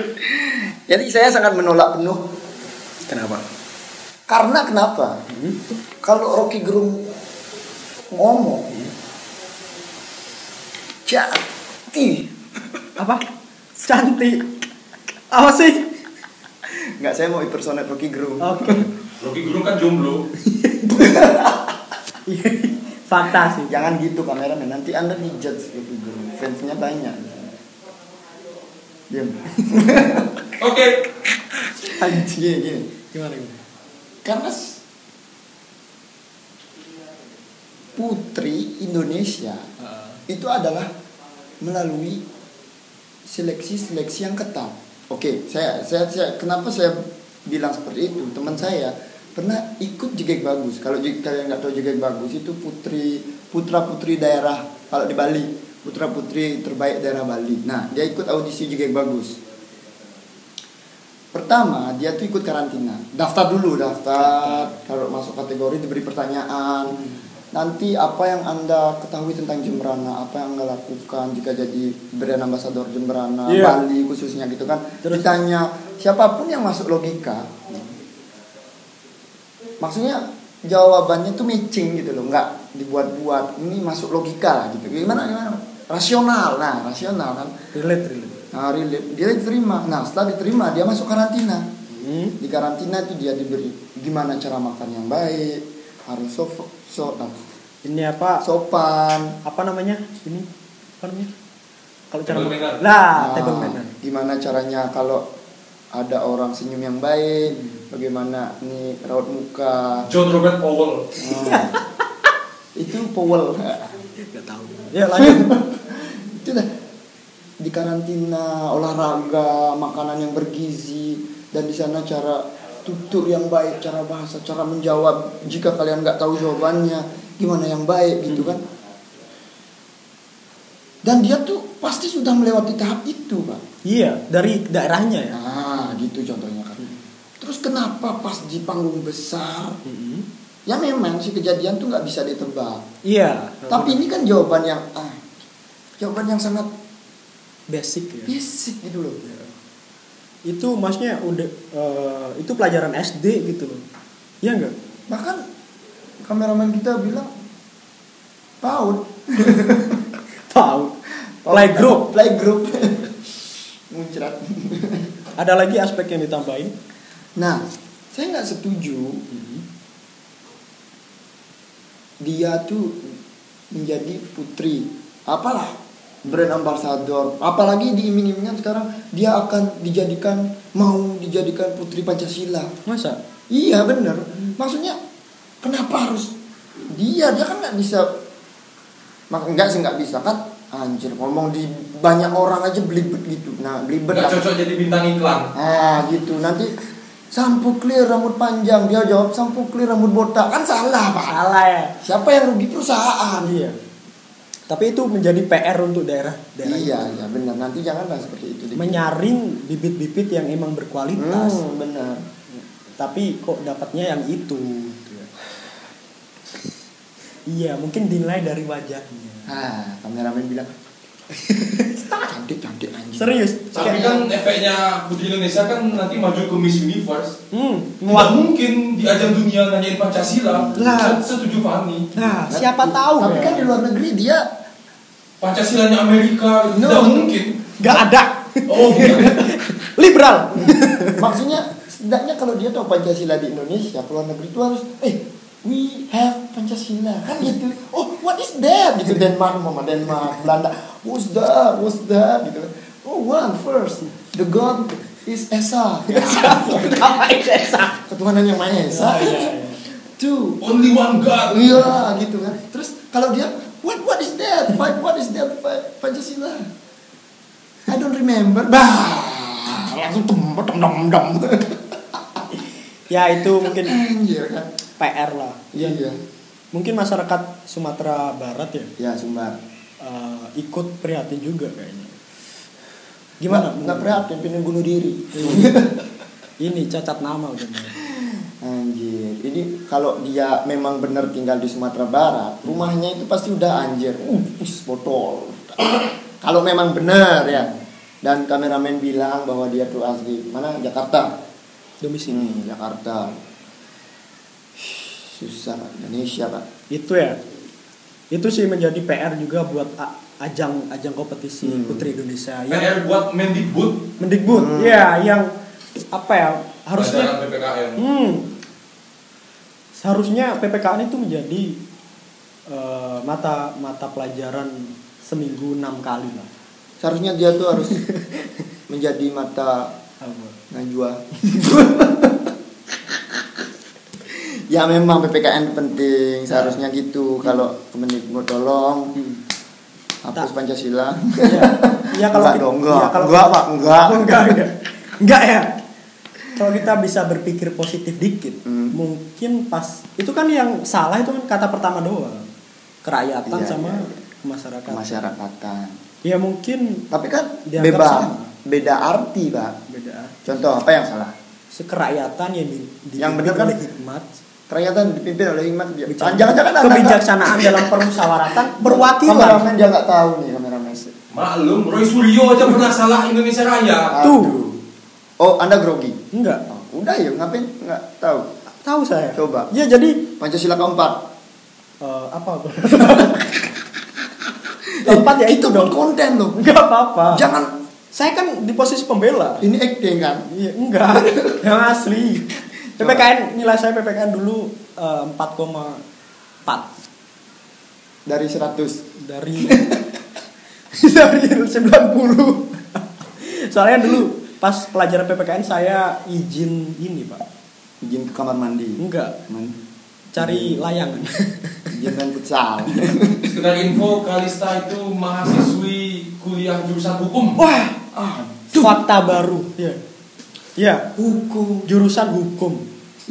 Speaker 2: Jadi saya sangat menolak penuh.
Speaker 1: Kenapa?
Speaker 2: Karena kenapa? Kalau Rocky Gerung ngomong, jadi
Speaker 1: Apa? Cantik. Apa sih?
Speaker 2: nggak saya mau impersonate Rocky Gerung.
Speaker 1: Oke.
Speaker 3: Rocky Gerung kan jomblo.
Speaker 1: Iya. Fakta sih.
Speaker 2: Jangan gitu kameramen, nanti anda dijudge Rocky Gerung. Fansnya banyak. Diam. (laughs)
Speaker 3: Oke.
Speaker 2: Anjing gini, gini.
Speaker 1: Gimana gimana?
Speaker 2: Karena s- putri Indonesia itu adalah melalui seleksi-seleksi yang ketat. Oke, saya, saya, saya- kenapa saya bilang seperti itu? Teman saya pernah ikut jegek bagus. Kalau je- kalian nggak tahu jegek bagus itu putri putra putri daerah kalau di Bali putra putri terbaik daerah Bali. Nah, dia ikut audisi jegek bagus. Pertama, dia tuh ikut karantina. Daftar dulu, daftar. Kalau masuk kategori diberi pertanyaan. Nanti apa yang Anda ketahui tentang Jemberana, apa yang Anda lakukan jika jadi brand ambassador Jemberana,
Speaker 1: Iya.
Speaker 2: Bali khususnya gitu kan.
Speaker 1: Terus?
Speaker 2: Ditanya siapapun yang masuk logika. Maksudnya jawabannya tuh matching gitu loh, nggak dibuat-buat. Ini masuk logika lah gitu. Gimana gimana? Rasional. Nah, rasional kan.
Speaker 1: Relate relate.
Speaker 2: Nah, relate. dia diterima. Nah, setelah diterima dia masuk karantina
Speaker 1: Hmm.
Speaker 2: di karantina itu dia diberi gimana cara makan yang baik harus sof- so- apa,
Speaker 1: Ini apa?
Speaker 2: sopan
Speaker 1: apa namanya ini apa namanya kalau cara
Speaker 3: Table manner.
Speaker 1: nah,
Speaker 2: Nah,
Speaker 1: table manner
Speaker 2: gimana caranya kalau ada orang senyum yang baik
Speaker 1: Hmm.
Speaker 2: bagaimana nih raut
Speaker 1: (laughs)
Speaker 2: muka
Speaker 3: John Robert Powell.
Speaker 2: Nah, itu Powell (laughs)
Speaker 1: nggak tahu ya lanjut
Speaker 2: itu dah di karantina olahraga makanan yang bergizi dan di sana cara tutur yang baik cara bahasa cara menjawab jika kalian nggak tahu jawabannya gimana yang baik gitu kan dan dia tuh pasti sudah melewati tahap itu pak
Speaker 1: iya dari daerahnya ya
Speaker 2: nah gitu contohnya kan terus kenapa pas di panggung besar
Speaker 1: Mm-mm.
Speaker 2: ya memang si kejadian tuh nggak bisa ditebak
Speaker 1: iya
Speaker 2: tapi ini kan jawaban yang ah jawaban yang sangat
Speaker 1: basic ya
Speaker 2: basic gitu loh
Speaker 1: itu maksudnya udah eh, itu pelajaran SD gitu loh iya enggak
Speaker 2: bahkan kameramen kita bilang (laughs) PAUD
Speaker 1: tahu playgroup
Speaker 2: playgroup (laughs) muncrat
Speaker 1: ada lagi aspek yang ditambahin
Speaker 2: Mhm. nah saya nggak setuju dia tuh menjadi putri apalah brand ambassador apalagi diiming-imingan sekarang dia akan dijadikan mau dijadikan putri Pancasila
Speaker 1: masa
Speaker 2: iya bener maksudnya kenapa harus dia dia kan nggak bisa maka enggak sih nggak bisa kan anjir ngomong di banyak orang aja belibet gitu nah belibet
Speaker 3: Nggak
Speaker 2: lah.
Speaker 3: cocok jadi bintang iklan.
Speaker 2: Ah gitu nanti sampo clear rambut panjang dia jawab sampo clear rambut botak kan salah pak.
Speaker 1: salah ya
Speaker 2: Siapa yang rugi perusahaan?
Speaker 1: iya tapi itu menjadi PR untuk daerah daerah
Speaker 2: Iya iya benar nanti janganlah seperti itu. Dik.
Speaker 1: menyaring bibit-bibit yang emang berkualitas
Speaker 2: Hmm, benar.
Speaker 1: tapi kok dapatnya yang itu gitu ya. iya mungkin dinilai dari wajahnya
Speaker 2: Ah kameramen bilang (laughs) cantik cantik anjing.
Speaker 1: serius
Speaker 3: Tapi
Speaker 1: Kayak-
Speaker 3: kan efeknya Putri Indonesia kan nanti maju ke Miss Universe.
Speaker 1: hmm,
Speaker 3: Tidak
Speaker 1: muat
Speaker 3: mungkin di ajang dunia nanyain Pancasila.
Speaker 1: Lah.
Speaker 3: Saya Setuju Fani.
Speaker 1: nah
Speaker 2: Tapi-
Speaker 1: siapa tahu
Speaker 2: Tapi
Speaker 1: ya.
Speaker 2: kan di luar negeri dia
Speaker 3: Pancasilanya Amerika
Speaker 2: No.
Speaker 3: tidak mungkin.
Speaker 1: nggak ada
Speaker 3: Oh, bukan.
Speaker 1: (laughs) liberal
Speaker 2: maksudnya setidaknya kalau dia tahu Pancasila di Indonesia ke luar negeri itu harus eh we have Pancasila kan gitu oh what is that gitu Denmark mama Denmark Belanda what's that what's that gitu oh one first the God is
Speaker 1: (laughs)
Speaker 2: Esa
Speaker 1: apa itu Esa?
Speaker 2: ketuhanan yang maha
Speaker 1: Oh,
Speaker 2: esa
Speaker 1: iya,
Speaker 2: two
Speaker 3: only one God.
Speaker 2: iya gitu kan terus kalau dia what what is that Pa- what is that Pa- Pancasila I don't remember bah langsung tem tem tem tem
Speaker 1: ya itu mungkin
Speaker 2: (laughs) anjir kan
Speaker 1: PR lah Ya,
Speaker 2: Iya, iya.
Speaker 1: mungkin masyarakat Sumatera Barat ya
Speaker 2: Ya, Sumbar.
Speaker 1: eh, ikut prihatin juga kayaknya gimana
Speaker 2: Nggak- Nggak prihatin, pengen bunuh diri.
Speaker 1: ini cacat nama udah
Speaker 2: anjir. Ini kalau dia memang benar tinggal di Sumatera Barat, rumahnya itu pasti udah anjir. Uh, us, botol. kalau memang benar ya. Dan kameramen bilang bahwa dia tuh asli mana Jakarta.
Speaker 1: domisili
Speaker 2: Hmm, Jakarta. Susah Pak. Indonesia pak.
Speaker 1: itu ya itu sih menjadi PR juga buat a- ajang ajang kompetisi
Speaker 2: Hmm.
Speaker 1: Putri Indonesia yang
Speaker 3: PR buat Mendikbud
Speaker 1: mendikbud
Speaker 2: Hmm.
Speaker 1: ya yang apa ya harusnya
Speaker 3: pelajaran PPKN.
Speaker 1: Hmm. Seharusnya PPKN itu menjadi eh, mata mata pelajaran seminggu enam kali lah.
Speaker 2: Seharusnya dia tuh harus menjadi mata (laughs) Najwa. ya memang PPKN penting seharusnya
Speaker 1: Ya.
Speaker 2: gitu kalau Kemendikbud tolong hapus
Speaker 1: Hmm. Tak.
Speaker 2: Pancasila.
Speaker 1: Ya, (laughs) ya kalau
Speaker 2: enggak
Speaker 1: kita-
Speaker 2: dong,
Speaker 1: ya
Speaker 2: enggak.
Speaker 1: kalau
Speaker 2: enggak, Pak, enggak.
Speaker 1: Oh, enggak, enggak. Enggak ya. Kalau kita bisa berpikir positif dikit,
Speaker 2: Hmm.
Speaker 1: mungkin pas itu kan yang salah itu kan kata pertama doang. Kerakyatan
Speaker 2: Iya,
Speaker 1: sama
Speaker 2: iya,
Speaker 1: masyarakat.
Speaker 2: Kemasyarakatan.
Speaker 1: Ya mungkin
Speaker 2: Tapi kan
Speaker 1: Dianggap
Speaker 2: beba,
Speaker 1: sama.
Speaker 2: beda arti, Pak.
Speaker 1: beda.
Speaker 2: Contoh apa yang salah?
Speaker 1: Sekerakyatan yang di,
Speaker 2: Yang
Speaker 1: dipimpin
Speaker 2: bener kan-
Speaker 1: oleh hikmat
Speaker 2: Ternyata dipimpin oleh hikmat dia.
Speaker 1: Bicara-
Speaker 2: Jangan-jangan Anda enggak-
Speaker 1: kebijaksanaan dalam permusyawaratan berwakilan
Speaker 2: Kameramen dia enggak tahu nih kameramen.
Speaker 3: Maklum, Roy Suryo aja pernah salah Indonesia Raya.
Speaker 1: Tuh.
Speaker 2: Aduh. Oh, Anda grogi.
Speaker 1: enggak
Speaker 2: Oh, udah ya, ngapain enggak tahu.
Speaker 1: tahu saya
Speaker 2: Coba.
Speaker 1: ya jadi
Speaker 2: Pancasila keempat.
Speaker 1: eh, apa (laughs) tempat ya itu dong
Speaker 2: konten loh
Speaker 1: enggak apa-apa
Speaker 2: jangan
Speaker 1: saya kan di posisi pembela
Speaker 2: ini acting kan
Speaker 1: iya enggak (laughs) yang asli PPKN nilai saya PPKN dulu eh, 4,4
Speaker 2: dari 100
Speaker 1: dari (laughs) dari 90 soalnya dulu pas pelajaran PPKN saya izin ini pak
Speaker 2: izin ke kamar mandi
Speaker 1: enggak
Speaker 2: Men,
Speaker 1: cari layangan (laughs)
Speaker 2: izin main futsal
Speaker 3: Sekedar info, Kalista itu mahasiswi kuliah jurusan hukum.
Speaker 1: Wah, fakta baru. Ya. Ya,
Speaker 2: hukum
Speaker 1: jurusan hukum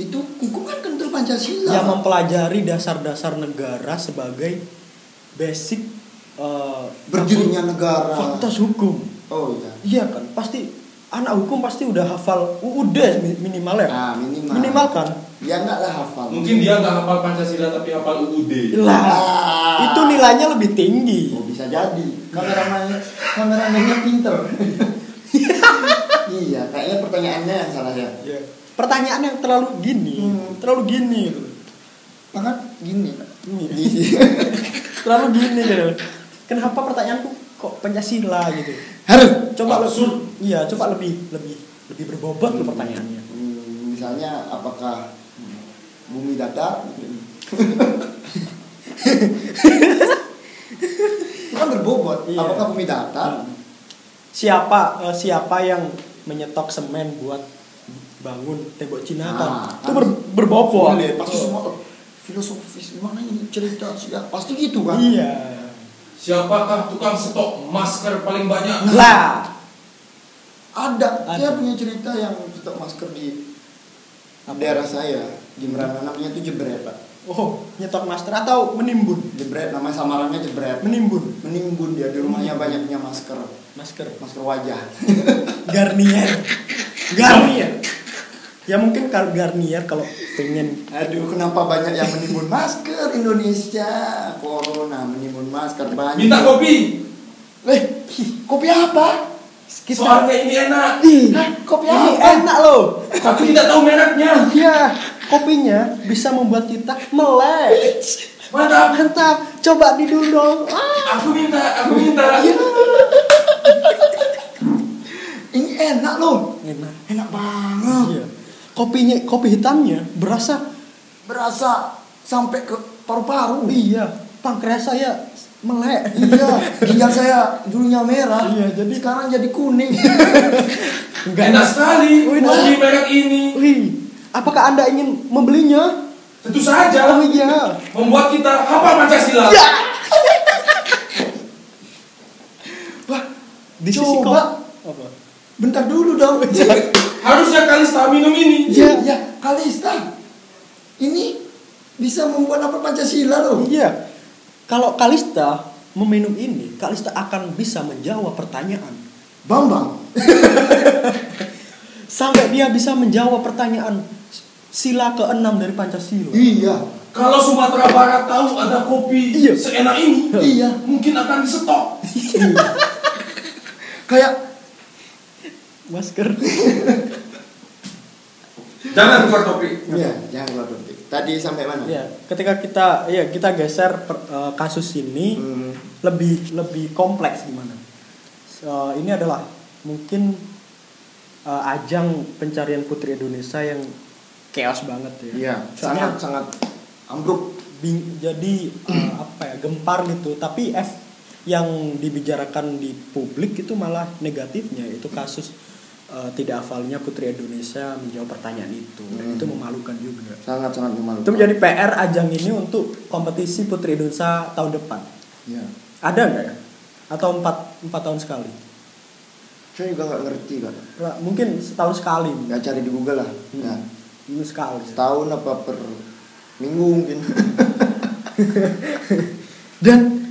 Speaker 2: itu hukum kan kental pancasila
Speaker 1: yang mempelajari dasar-dasar negara sebagai basic eh,
Speaker 2: berdirinya negara
Speaker 1: fakultas hukum.
Speaker 2: oh
Speaker 1: Iya
Speaker 2: iya
Speaker 1: kan, pasti anak hukum pasti udah hafal UUD mi- minimal ya.
Speaker 2: Ah, minimal.
Speaker 1: Minimal kan?
Speaker 2: ya enggak lah hafal
Speaker 3: Mungkin dia nggak hafal Pancasila tapi hafal UUD.
Speaker 1: Lah,
Speaker 2: Ah.
Speaker 1: itu nilainya lebih tinggi.
Speaker 2: oh, bisa jadi kameramen kameramennya pinter (laughs) iya kayaknya pertanyaannya yang salah ya
Speaker 1: Ya. Pertanyaan yang terlalu gini,
Speaker 2: Hmm.
Speaker 1: terlalu gini gitu.
Speaker 2: Makan gini
Speaker 1: Gini.
Speaker 2: (laughs)
Speaker 1: terlalu gini gitu. Kenapa pertanyaanku kok Pancasila gitu?
Speaker 2: harus
Speaker 1: coba
Speaker 3: Absurd.
Speaker 1: lebih iya coba lebih lebih lebih berbobot loh pertanyaannya
Speaker 2: Hmm, misalnya apakah bumi datar Itu kan berbobot.
Speaker 1: Iya. Hmm.
Speaker 2: Apakah pemidata?
Speaker 1: siapa eh, siapa yang menyetok semen buat bangun tembok Cina kan
Speaker 2: Ah,
Speaker 1: itu
Speaker 2: kan.
Speaker 1: ber, berbobot
Speaker 2: Boleh, Pasti semua oh, filosofis gimana ini cerita sudah pasti gitu kan.
Speaker 1: iya
Speaker 3: Siapakah tukang stok masker paling banyak?
Speaker 1: lah
Speaker 2: Ada. Dia
Speaker 1: Ada.
Speaker 2: punya cerita yang untuk masker di daerah saya di Merangan namanya itu jebret pak.
Speaker 1: oh nyetok master atau menimbun
Speaker 2: Jebret nama samarannya jebret.
Speaker 1: menimbun
Speaker 2: Menimbun dia di rumahnya banyak punya masker
Speaker 1: masker
Speaker 2: masker
Speaker 1: (laughs)
Speaker 2: wajah. (laughs)
Speaker 1: Garnier Garnier ya mungkin kalau Garnier kalau pengen
Speaker 2: Aduh, kenapa banyak yang menimbun masker Indonesia? Corona menimbun masker banyak.
Speaker 3: Minta kopi.
Speaker 2: Eh, kopi apa?
Speaker 1: kita
Speaker 3: Soalnya ini enak.
Speaker 1: Eh,
Speaker 2: Hah, kopi
Speaker 1: ini
Speaker 2: apa?
Speaker 1: enak loh
Speaker 3: Tapi tidak tahu mereknya.
Speaker 1: ya kopinya bisa membuat kita melek
Speaker 3: Mantap.
Speaker 1: mantap coba di dulu dong Ah.
Speaker 3: Aku minta, aku minta.
Speaker 2: Ini enak loh.
Speaker 1: enak
Speaker 2: Enak banget.
Speaker 1: Iya. Kopinya kopi hitamnya berasa
Speaker 2: Berasa sampai ke paru-paru.
Speaker 1: iya pankreas saya melek.
Speaker 2: iya, ginjal saya dulunya merah.
Speaker 1: Iya, jadi-
Speaker 2: sekarang jadi kuning.
Speaker 1: (laughs)
Speaker 3: Enak sekali.
Speaker 1: Wih,
Speaker 3: Kopi
Speaker 1: enak.
Speaker 3: merek ini.
Speaker 1: Wih, apakah Anda ingin membelinya?
Speaker 3: Tentu
Speaker 1: Oh
Speaker 3: saja
Speaker 1: iya.
Speaker 3: membuat kita hafal Pancasila.
Speaker 2: Wah,
Speaker 1: Di sisi
Speaker 2: Coba.
Speaker 1: kok- apa?
Speaker 2: bentar dulu
Speaker 1: (laughs)
Speaker 2: dong.
Speaker 1: Iya.
Speaker 3: Harusnya Kalista minum ini.
Speaker 2: Iya, ya, Kalista. Ini bisa membuat apa Pancasila loh.
Speaker 1: Iya. Kalau Kalista meminum ini, Kalista akan bisa menjawab pertanyaan.
Speaker 2: Bambang,
Speaker 1: Sampai dia bisa menjawab pertanyaan sila ke-6 dari Pancasila.
Speaker 2: Iya,
Speaker 3: Kalau Sumatera Barat tahu ada kopi
Speaker 1: Iya.
Speaker 3: seenak ini,
Speaker 2: iya.
Speaker 3: mungkin akan disetok.
Speaker 2: Kayak
Speaker 1: Masker. (laughs)
Speaker 3: Jangan tukar topik.
Speaker 2: iya, jangan keluar topik. Tadi sampai mana?
Speaker 1: Iya, ketika kita ya kita geser per- eh, kasus ini
Speaker 2: Hmm.
Speaker 1: lebih lebih kompleks gimana? So, ini adalah mungkin eh, ajang pencarian putri Indonesia yang chaos banget ya.
Speaker 2: Iya,
Speaker 1: Soalnya
Speaker 2: sangat sangat ambruk.
Speaker 1: bing- jadi eh, apa ya gempar gitu. Tapi F yang dibicarakan di publik itu malah negatifnya itu kasus eh, tidak hafalnya putri Indonesia menjawab pertanyaan itu dan
Speaker 2: Hmm.
Speaker 1: itu memalukan juga.
Speaker 2: Sangat sangat memalukan.
Speaker 1: Itu menjadi PR ajang ini untuk kompetisi Putri Indonesia tahun depan.
Speaker 2: Iya.
Speaker 1: Ada nggak ya? Atau empat, empat tahun sekali?
Speaker 2: Saya juga nggak ngerti kan.
Speaker 1: Ra- Mungkin setahun sekali.
Speaker 2: Nggak cari di Google lah.
Speaker 1: Hmm.
Speaker 2: Ya.
Speaker 1: Minggu sekali.
Speaker 2: Setahun apa per minggu mungkin. (laughs)
Speaker 1: Dan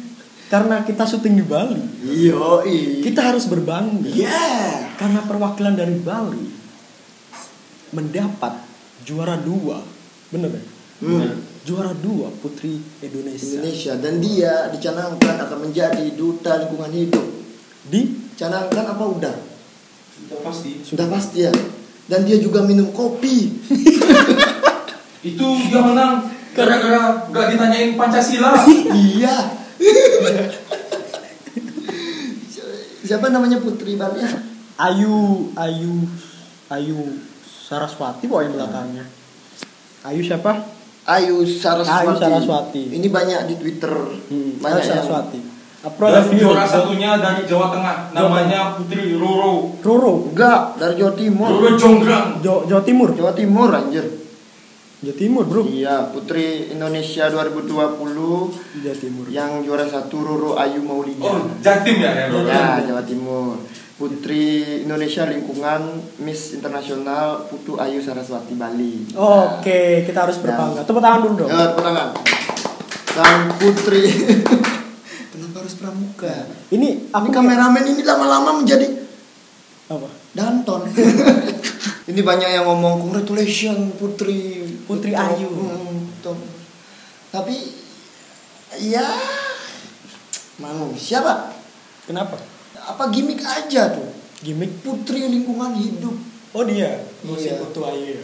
Speaker 1: karena kita syuting di Bali,
Speaker 2: Iya, iya.
Speaker 1: kita harus berbangga.
Speaker 2: Iya.
Speaker 1: Karena perwakilan dari Bali mendapat juara dua. Bener ya?
Speaker 2: Hmm.
Speaker 1: Juara dua Putri Indonesia.
Speaker 2: Indonesia dan dia dicanangkan akan menjadi duta lingkungan hidup.
Speaker 1: Di
Speaker 2: Canangkan apa udah?
Speaker 3: Sudah pasti.
Speaker 2: Sudah pasti ya. Dan dia juga minum kopi. (laughs)
Speaker 3: Itu dia menang gara-gara gak ditanyain Pancasila.
Speaker 2: iya. (laughs) Siapa namanya Putri Bali?
Speaker 1: Ayu Ayu Ayu Saraswati kok yang belakangnya. Ayu siapa?
Speaker 2: Ayu Saraswati.
Speaker 1: Ayu Saraswati. Hmm.
Speaker 2: Ini banyak di Twitter.
Speaker 1: Ayu
Speaker 2: Hmm, banyak yang-
Speaker 1: Saraswati. A
Speaker 3: Dan
Speaker 1: product view.
Speaker 3: juara satunya dari Jawa Tengah, namanya Putri Roro.
Speaker 1: Roro
Speaker 2: Enggak, dari Jawa Timur.
Speaker 3: Roro Jonggrang.
Speaker 1: Jo- Jawa Timur.
Speaker 2: Jawa Timur anjir.
Speaker 1: Jawa Timur, Bro.
Speaker 2: Iya, Putri Indonesia 2020
Speaker 1: Jawa Timur.
Speaker 2: yang juara satu Roro Ayu Maulida.
Speaker 3: Oh, Jatim ya, ya Roro.
Speaker 2: Ya, Jawa Timur. Putri Indonesia Lingkungan Miss Internasional Putu Ayu Saraswati Bali.
Speaker 1: Oke, kita harus berbangga. Tepuk tangan dulu dong.
Speaker 2: Ya, tepuk tangan. Dan Putri. (laughs) Kenapa harus pramuka?
Speaker 1: Ini
Speaker 2: Ini
Speaker 1: aku
Speaker 2: kameramen ini lama-lama menjadi
Speaker 1: apa?
Speaker 2: Danton. (laughs) ini banyak yang ngomong congratulations Putri
Speaker 1: Putri
Speaker 2: Betul.
Speaker 1: Ayu."
Speaker 2: Hmm, betul. Tapi ya manusia pak
Speaker 1: Kenapa?
Speaker 2: apa gimmick aja tuh
Speaker 1: Gimik.
Speaker 2: putri lingkungan hidup
Speaker 1: Oh dia, Oh, si
Speaker 2: Iya.
Speaker 1: Putu Ayu ya.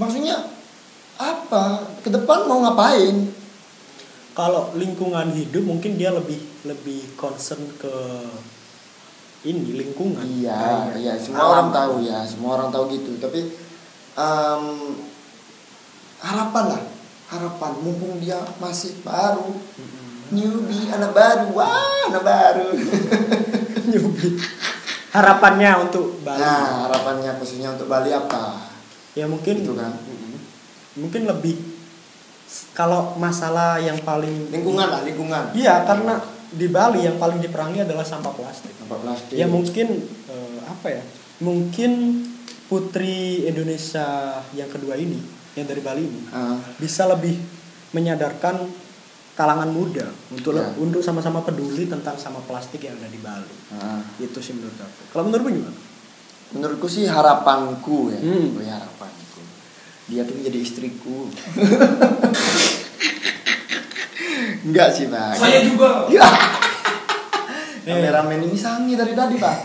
Speaker 2: maksudnya apa ke depan mau ngapain
Speaker 1: Kalau lingkungan hidup mungkin dia lebih lebih concern ke ini lingkungan.
Speaker 2: Iya,
Speaker 1: Kayak
Speaker 2: iya semua
Speaker 1: alam. (laughs)
Speaker 2: orang tahu ya, semua orang tahu gitu. Tapi em, harapan lah, harapan mumpung dia masih baru newbie anak baru wah anak baru
Speaker 1: Nyubi. Harapannya untuk (laughs) Bali.
Speaker 2: nah harapannya khususnya untuk Bali apa
Speaker 1: ya mungkin
Speaker 2: Gitu kan.
Speaker 1: Mm-mm. Mungkin lebih kalau masalah yang paling
Speaker 2: lingkungan lah lingkungan
Speaker 1: Iya, karena di Bali yang paling diperangi adalah sampah plastik.
Speaker 2: Sampah plastik
Speaker 1: Ya mungkin eh, apa ya? Mungkin putri Indonesia yang kedua ini, yang dari Bali ini
Speaker 2: Ah,
Speaker 1: bisa lebih menyadarkan kalangan muda untuk le-
Speaker 2: Ya.
Speaker 1: untuk sama-sama peduli tentang sama plastik yang ada di Bali.
Speaker 2: ah.
Speaker 1: Itu sih menurut aku. Kalau menurutmu gimana?
Speaker 2: menurutku sih harapanku ya
Speaker 1: Hmm.
Speaker 2: Oh ya, harapanku dia tuh menjadi
Speaker 3: (laughs)
Speaker 2: istriku enggak sih pak
Speaker 3: Saya juga. (laughs)
Speaker 2: ya. kameramen ini sangi dari tadi pak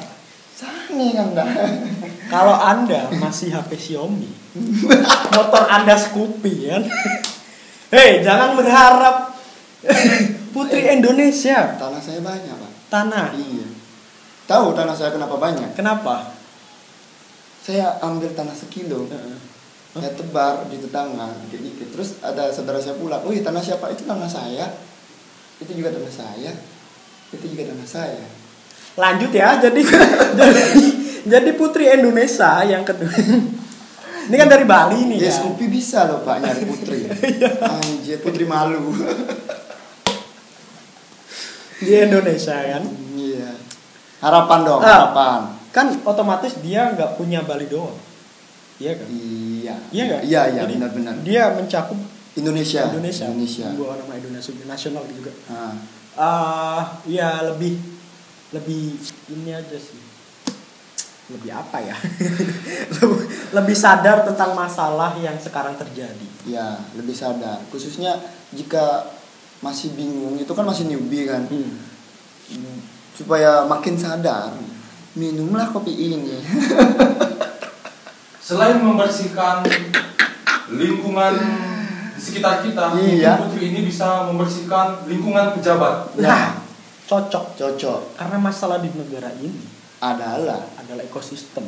Speaker 2: sangi kan dah
Speaker 1: Kalau Anda masih HP Xiaomi, motor Anda Scoopy kan. Hei, jangan berharap putri Indonesia
Speaker 2: tanah saya banyak pak
Speaker 1: tanah.
Speaker 2: iya tahu tanah saya kenapa banyak
Speaker 1: Kenapa?
Speaker 2: saya ambil tanah sekilo saya tebar di tetangga dikit-dikit terus ada saudara saya pulang wih tanah siapa itu tanah saya itu juga tanah saya itu juga tanah saya
Speaker 1: Lanjut ya. Jadi jadi, jadi putri Indonesia yang kedua. Ini kan dari Bali nih ya.
Speaker 2: Ya, Scoopy bisa loh Pak nyari
Speaker 1: (laughs)
Speaker 2: putri.
Speaker 1: Iya.
Speaker 2: Anjir, putri malu. (laughs)
Speaker 1: Di Indonesia kan.
Speaker 2: Iya. Harapan dong,
Speaker 1: Ah.
Speaker 2: harapan.
Speaker 1: Kan otomatis dia nggak punya Bali doang. Iya kan?
Speaker 2: Iya.
Speaker 1: Iya nggak?
Speaker 2: Iya, iya,
Speaker 1: Jadi
Speaker 2: benar-benar.
Speaker 1: Dia mencakup
Speaker 2: Indonesia.
Speaker 1: Indonesia.
Speaker 2: Indonesia.
Speaker 1: Gua nama Indonesia nasional juga.
Speaker 2: Ah.
Speaker 1: ah ya lebih lebih ini aja sih lebih apa ya (laughs) lebih sadar tentang masalah yang sekarang terjadi
Speaker 2: Ya, lebih sadar. Khususnya jika masih bingung, itu kan masih newbie kan.
Speaker 1: Hmm.
Speaker 2: Supaya makin sadar, minumlah kopi ini. (laughs)
Speaker 3: Selain membersihkan lingkungan di sekitar kita,
Speaker 2: Iya.
Speaker 3: mungkin putri ini bisa membersihkan lingkungan pejabat.
Speaker 1: nah cocok
Speaker 2: Cocok
Speaker 1: karena masalah di negara ini
Speaker 2: adalah
Speaker 1: adalah ekosistem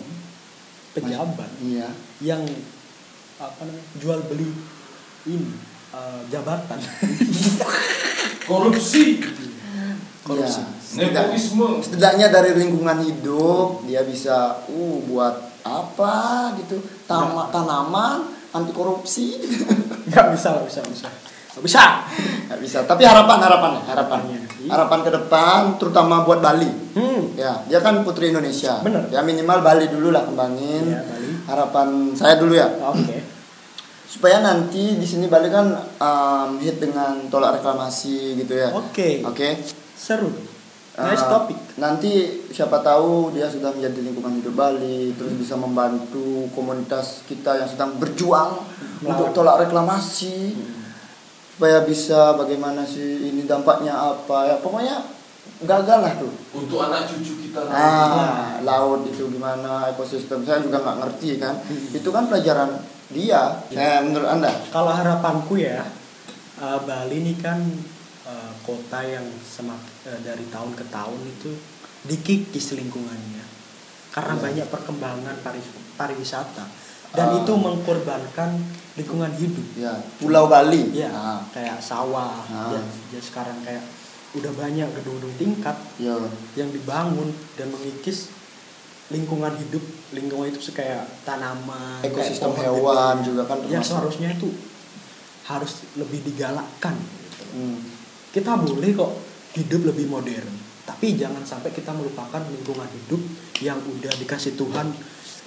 Speaker 1: pejabat
Speaker 2: Iya.
Speaker 1: yang apa namanya jual beli ini eh, (laughs) jabatan
Speaker 3: Korupsi,
Speaker 1: Korupsi.
Speaker 2: Iya. Setidaknya-
Speaker 3: nepotisme,
Speaker 2: setidaknya dari lingkungan hidup dia bisa uh buat apa gitu
Speaker 1: Nah.
Speaker 2: Tama, tanaman anti korupsi
Speaker 1: nggak Ya, bisa nggak bisa nggak bisa nggak bisa
Speaker 2: (laughs) nggak bisa tapi harapan harapan harapan
Speaker 1: Harapannya.
Speaker 2: harapan ke depan terutama buat Bali
Speaker 1: hmm
Speaker 2: ya dia kan putri Indonesia
Speaker 1: Bener.
Speaker 2: ya minimal Bali dulu lah kembangin
Speaker 1: Iya, Bali.
Speaker 2: harapan saya dulu ya
Speaker 1: oke
Speaker 2: supaya nanti di sini Bali kan um, hit dengan tolak reklamasi gitu ya oke
Speaker 1: Oke.
Speaker 2: oke
Speaker 1: seru nice
Speaker 2: Uh,
Speaker 1: topic
Speaker 2: Nanti siapa tahu dia sudah menjadi lingkungan hidup Bali, terus bisa membantu komunitas kita yang sedang berjuang
Speaker 1: Melawan.
Speaker 2: untuk tolak reklamasi, supaya bisa bagaimana sih ini dampaknya apa ya pokoknya gagal lah tuh.
Speaker 3: untuk anak cucu kita.
Speaker 2: Ah, laut itu gimana ekosistem saya juga nggak ngerti kan,
Speaker 1: Hmm.
Speaker 2: itu kan pelajaran dia.
Speaker 1: Iya.
Speaker 2: Eh, menurut anda?
Speaker 1: Kalau harapanku ya, eh, Bali ini kan eh, kota yang semak eh, dari tahun ke tahun itu dikikis lingkungannya karena
Speaker 2: Iya.
Speaker 1: banyak perkembangan pari- pariwisata dan
Speaker 2: Ah.
Speaker 1: itu mengkorbankan lingkungan hidup.
Speaker 2: Ya, Pulau Bali.
Speaker 1: Ya,
Speaker 2: Ah,
Speaker 1: kayak sawah.
Speaker 2: Ah.
Speaker 1: Ya, ya sekarang kayak udah banyak gedung-gedung tingkat
Speaker 2: ya.
Speaker 1: yang dibangun dan mengikis lingkungan hidup lingkungan itu kayak tanaman kayak
Speaker 2: Ekosistem
Speaker 1: pohon
Speaker 2: hewan
Speaker 1: gede.
Speaker 2: juga kan
Speaker 1: ya
Speaker 2: termasuk.
Speaker 1: seharusnya itu harus lebih digalakkan gitu.
Speaker 2: Hmm.
Speaker 1: kita boleh kok hidup lebih modern tapi jangan sampai kita melupakan lingkungan hidup yang udah dikasih Tuhan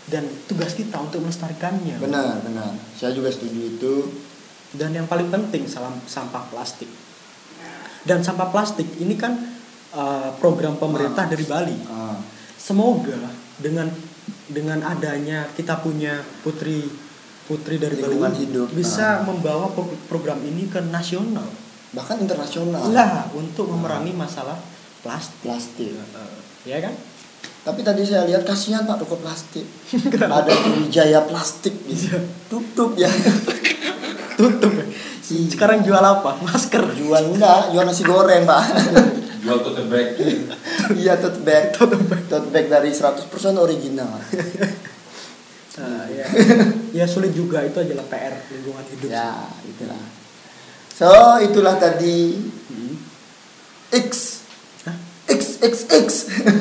Speaker 1: dan tugas kita untuk melestarikannya
Speaker 2: Benar, benar. Saya juga setuju itu.
Speaker 1: dan yang paling penting salam- sampah plastik dan sampah plastik ini kan eh, program pemerintah
Speaker 2: Ah.
Speaker 1: dari Bali
Speaker 2: Ah.
Speaker 1: semoga dengan dengan adanya kita punya putri putri dari Bali
Speaker 2: Lingkungan
Speaker 1: ini
Speaker 2: hidup.
Speaker 1: bisa membawa pro- program ini ke nasional
Speaker 2: bahkan internasional
Speaker 1: lah untuk memerangi masalah plastik
Speaker 2: plastik
Speaker 1: ya kan
Speaker 2: tapi tadi saya lihat kasihan pak toko (laughs) plastik ada Wijaya plastik gitu tutup (laughs) ya
Speaker 1: tutup ya. sekarang jual apa (laughs) masker
Speaker 2: jual enggak jual nasi goreng (laughs) pak
Speaker 3: Jual tote bag.
Speaker 2: iya tote bag tote bag dari 100% original
Speaker 1: Ah, ya. ya sulit juga itu adalah PR lingkungan hidup
Speaker 2: ya itulah So itulah tadi
Speaker 1: Hmm.
Speaker 2: X X X X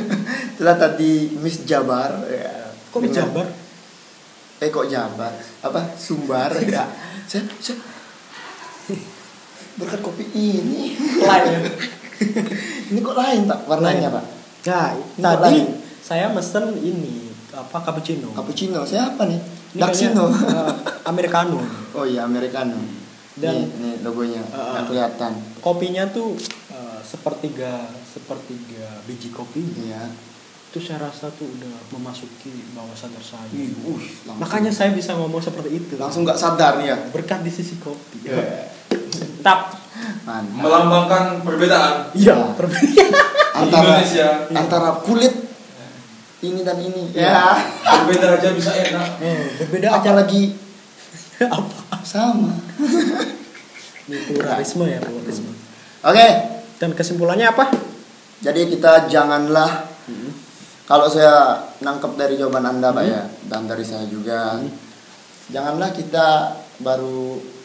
Speaker 2: (laughs) itulah tadi Miss Jabar ya.
Speaker 1: Kok
Speaker 2: Dengan-
Speaker 1: Jabar?
Speaker 2: eh kok Jabar apa
Speaker 1: (laughs)
Speaker 2: Sumbar ya saya, saya berkat kopi ini
Speaker 1: Lain.
Speaker 2: ini kok lain tak warnanya
Speaker 1: Lain.
Speaker 2: pak
Speaker 1: Nah,
Speaker 2: Ini
Speaker 1: tadi
Speaker 2: lain.
Speaker 1: saya mesen ini apa cappuccino.
Speaker 2: cappuccino saya apa nih
Speaker 1: Ini
Speaker 2: Daxino
Speaker 1: kayaknya, (laughs) eh, Americano.
Speaker 2: (laughs) oh iya Americano
Speaker 1: Dan-
Speaker 2: dan nih, nih logonya
Speaker 1: Ah,
Speaker 2: nggak
Speaker 1: ah.
Speaker 2: kelihatan
Speaker 1: Kopinya tuh eh, sepertiga sepertiga biji kopinya.
Speaker 2: iya
Speaker 1: Itu saya rasa tuh udah memasuki bawah sadar saya.
Speaker 2: Ih, uh, langsung-
Speaker 1: Makanya saya bisa ngomong seperti itu.
Speaker 2: langsung nggak sadar nih ya
Speaker 1: berkat di sisi kopi.
Speaker 2: Yeah.
Speaker 1: Tap.
Speaker 2: Mantap.
Speaker 3: melambangkan perbedaan
Speaker 1: (laughs) Iya, perbedaan.
Speaker 2: antara
Speaker 3: Indonesia.
Speaker 2: antara kulit ini dan ini ya
Speaker 3: berbeda aja bisa enak
Speaker 1: Eh, berbeda aja
Speaker 2: apalagi
Speaker 1: (laughs) apa?
Speaker 2: sama
Speaker 1: Ini pluralisme ya, pluralisme.
Speaker 2: oke
Speaker 1: Dan kesimpulannya apa?
Speaker 2: jadi kita janganlah kalau saya nangkep dari jawaban anda pak ya dan dari saya juga janganlah kita baru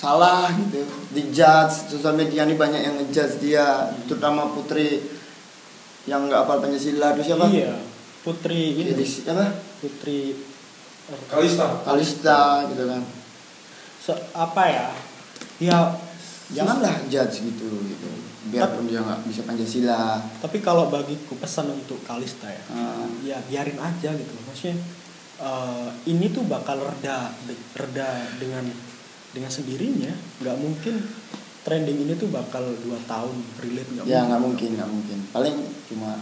Speaker 2: salah gitu dijudge sosial media ini banyak yang ngejudge dia terutama putri yang nggak hafal pancasila itu siapa
Speaker 1: Iya, putri ini,
Speaker 2: Jadi siapa?
Speaker 1: putri
Speaker 3: Kalista
Speaker 2: Kalista gitu kan.
Speaker 1: se- apa ya? Ya,
Speaker 2: Janganlah judge gitu gitu. Biarpun dia nggak bisa Pancasila.
Speaker 1: tapi kalau bagiku pesan untuk Kalista ya,
Speaker 2: Ah.
Speaker 1: ya biarin aja gitu. Maksudnya eh, ini tuh bakal reda, de- reda dengan dengan sendirinya. Nggak mungkin trending ini tuh bakal dua tahun relate nggak
Speaker 2: Ya nggak mungkin, nggak mungkin. Paling cuma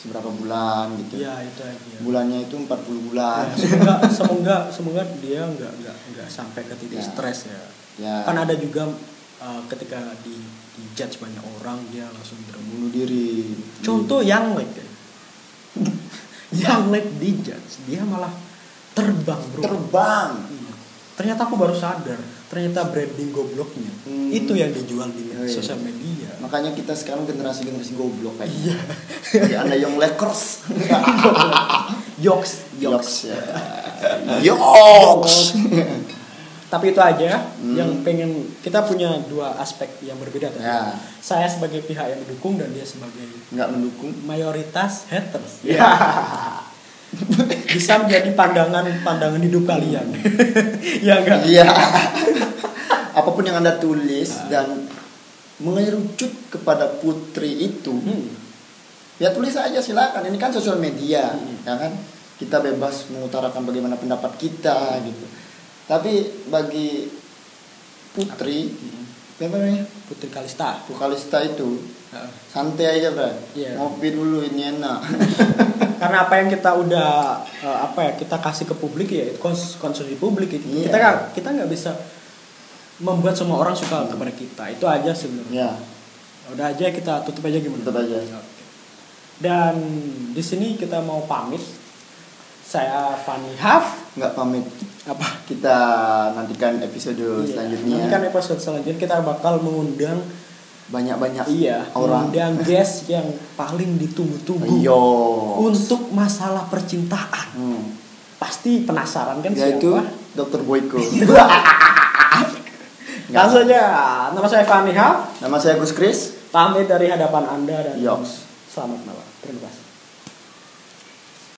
Speaker 2: seberapa bulan gitu.
Speaker 1: Iya itu aja.
Speaker 2: Bulannya itu 40 bulan.
Speaker 1: Ya, semoga semoga semoga dia nggak nggak nggak sampai ke titik
Speaker 2: Ya.
Speaker 1: stres ya.
Speaker 2: Ya.
Speaker 1: Kan ada juga uh, ketika di di judge banyak orang dia langsung berbunuh.
Speaker 2: Bunuh diri.
Speaker 1: Contoh ya. yang like (laughs) yang like di judge dia malah terbang bro.
Speaker 2: terbang.
Speaker 1: Iya. Ternyata aku baru sadar ternyata branding gobloknya
Speaker 2: Hmm.
Speaker 1: itu yang dijual di
Speaker 2: Oh, iya.
Speaker 1: sosial media.
Speaker 2: Makanya kita sekarang generasi generasi goblok kayak. Iya. Jadi anda yang Lakers.
Speaker 1: (laughs) Jokes, jokes.
Speaker 2: Yoks. ya. Yoks.
Speaker 1: Tapi itu aja
Speaker 2: Hmm.
Speaker 1: yang pengen kita punya dua aspek yang berbeda tadi.
Speaker 2: Ya.
Speaker 1: Saya sebagai pihak yang mendukung dan dia sebagai
Speaker 2: Nggak mendukung.
Speaker 1: mayoritas haters.
Speaker 2: Ya.
Speaker 1: Bisa menjadi pandangan-pandangan hidup kalian. (laughs) ya enggak?
Speaker 2: Iya. (laughs) Apapun yang Anda tulis dan mengerucut kepada putri itu,
Speaker 1: Hmm.
Speaker 2: ya tulis aja silakan. Ini kan sosial media,
Speaker 1: Hmm.
Speaker 2: ya kan? Kita bebas mengutarakan bagaimana pendapat kita gitu. Tapi bagi putri, siapa namanya?
Speaker 1: Putri Kalista.
Speaker 2: Vokalista itu
Speaker 1: Ya.
Speaker 2: santai aja, Bro.
Speaker 1: Iya.
Speaker 2: Ngopi dulu ini
Speaker 1: (laughs)
Speaker 2: enak.
Speaker 1: Karena apa yang kita udah eh, apa ya kita kasih ke publik ya itu kons konsumsi publik itu.
Speaker 2: Iya.
Speaker 1: Kita nggak kita nggak bisa membuat semua orang suka
Speaker 2: Hmm.
Speaker 1: kepada kita. Itu aja sebenarnya.
Speaker 2: ya,
Speaker 1: Udah aja kita tutup aja gimana?
Speaker 2: tetap aja.
Speaker 1: Oke. Dan di sini kita mau pamit. Saya Fani Haf.
Speaker 2: Nggak pamit.
Speaker 1: Apa?
Speaker 2: Kita nantikan episode selanjutnya.
Speaker 1: Nanti kan episode selanjutnya kita bakal mengundang
Speaker 2: Banyak-banyak
Speaker 1: iya,
Speaker 2: orang. Iya.
Speaker 1: mengundang guest yang paling ditunggu-tunggu
Speaker 2: Ayo.
Speaker 1: untuk masalah percintaan.
Speaker 2: Hmm.
Speaker 1: Pasti penasaran kan
Speaker 2: Yaitu
Speaker 1: siapa?
Speaker 2: Dr. Boyko.
Speaker 1: (laughs) Langsung aja. Nama saya Fani Haf.
Speaker 2: Nama saya Gus Kris.
Speaker 1: Pamit dari hadapan Anda dan
Speaker 2: Yoks.
Speaker 1: selamat malam. Terima kasih.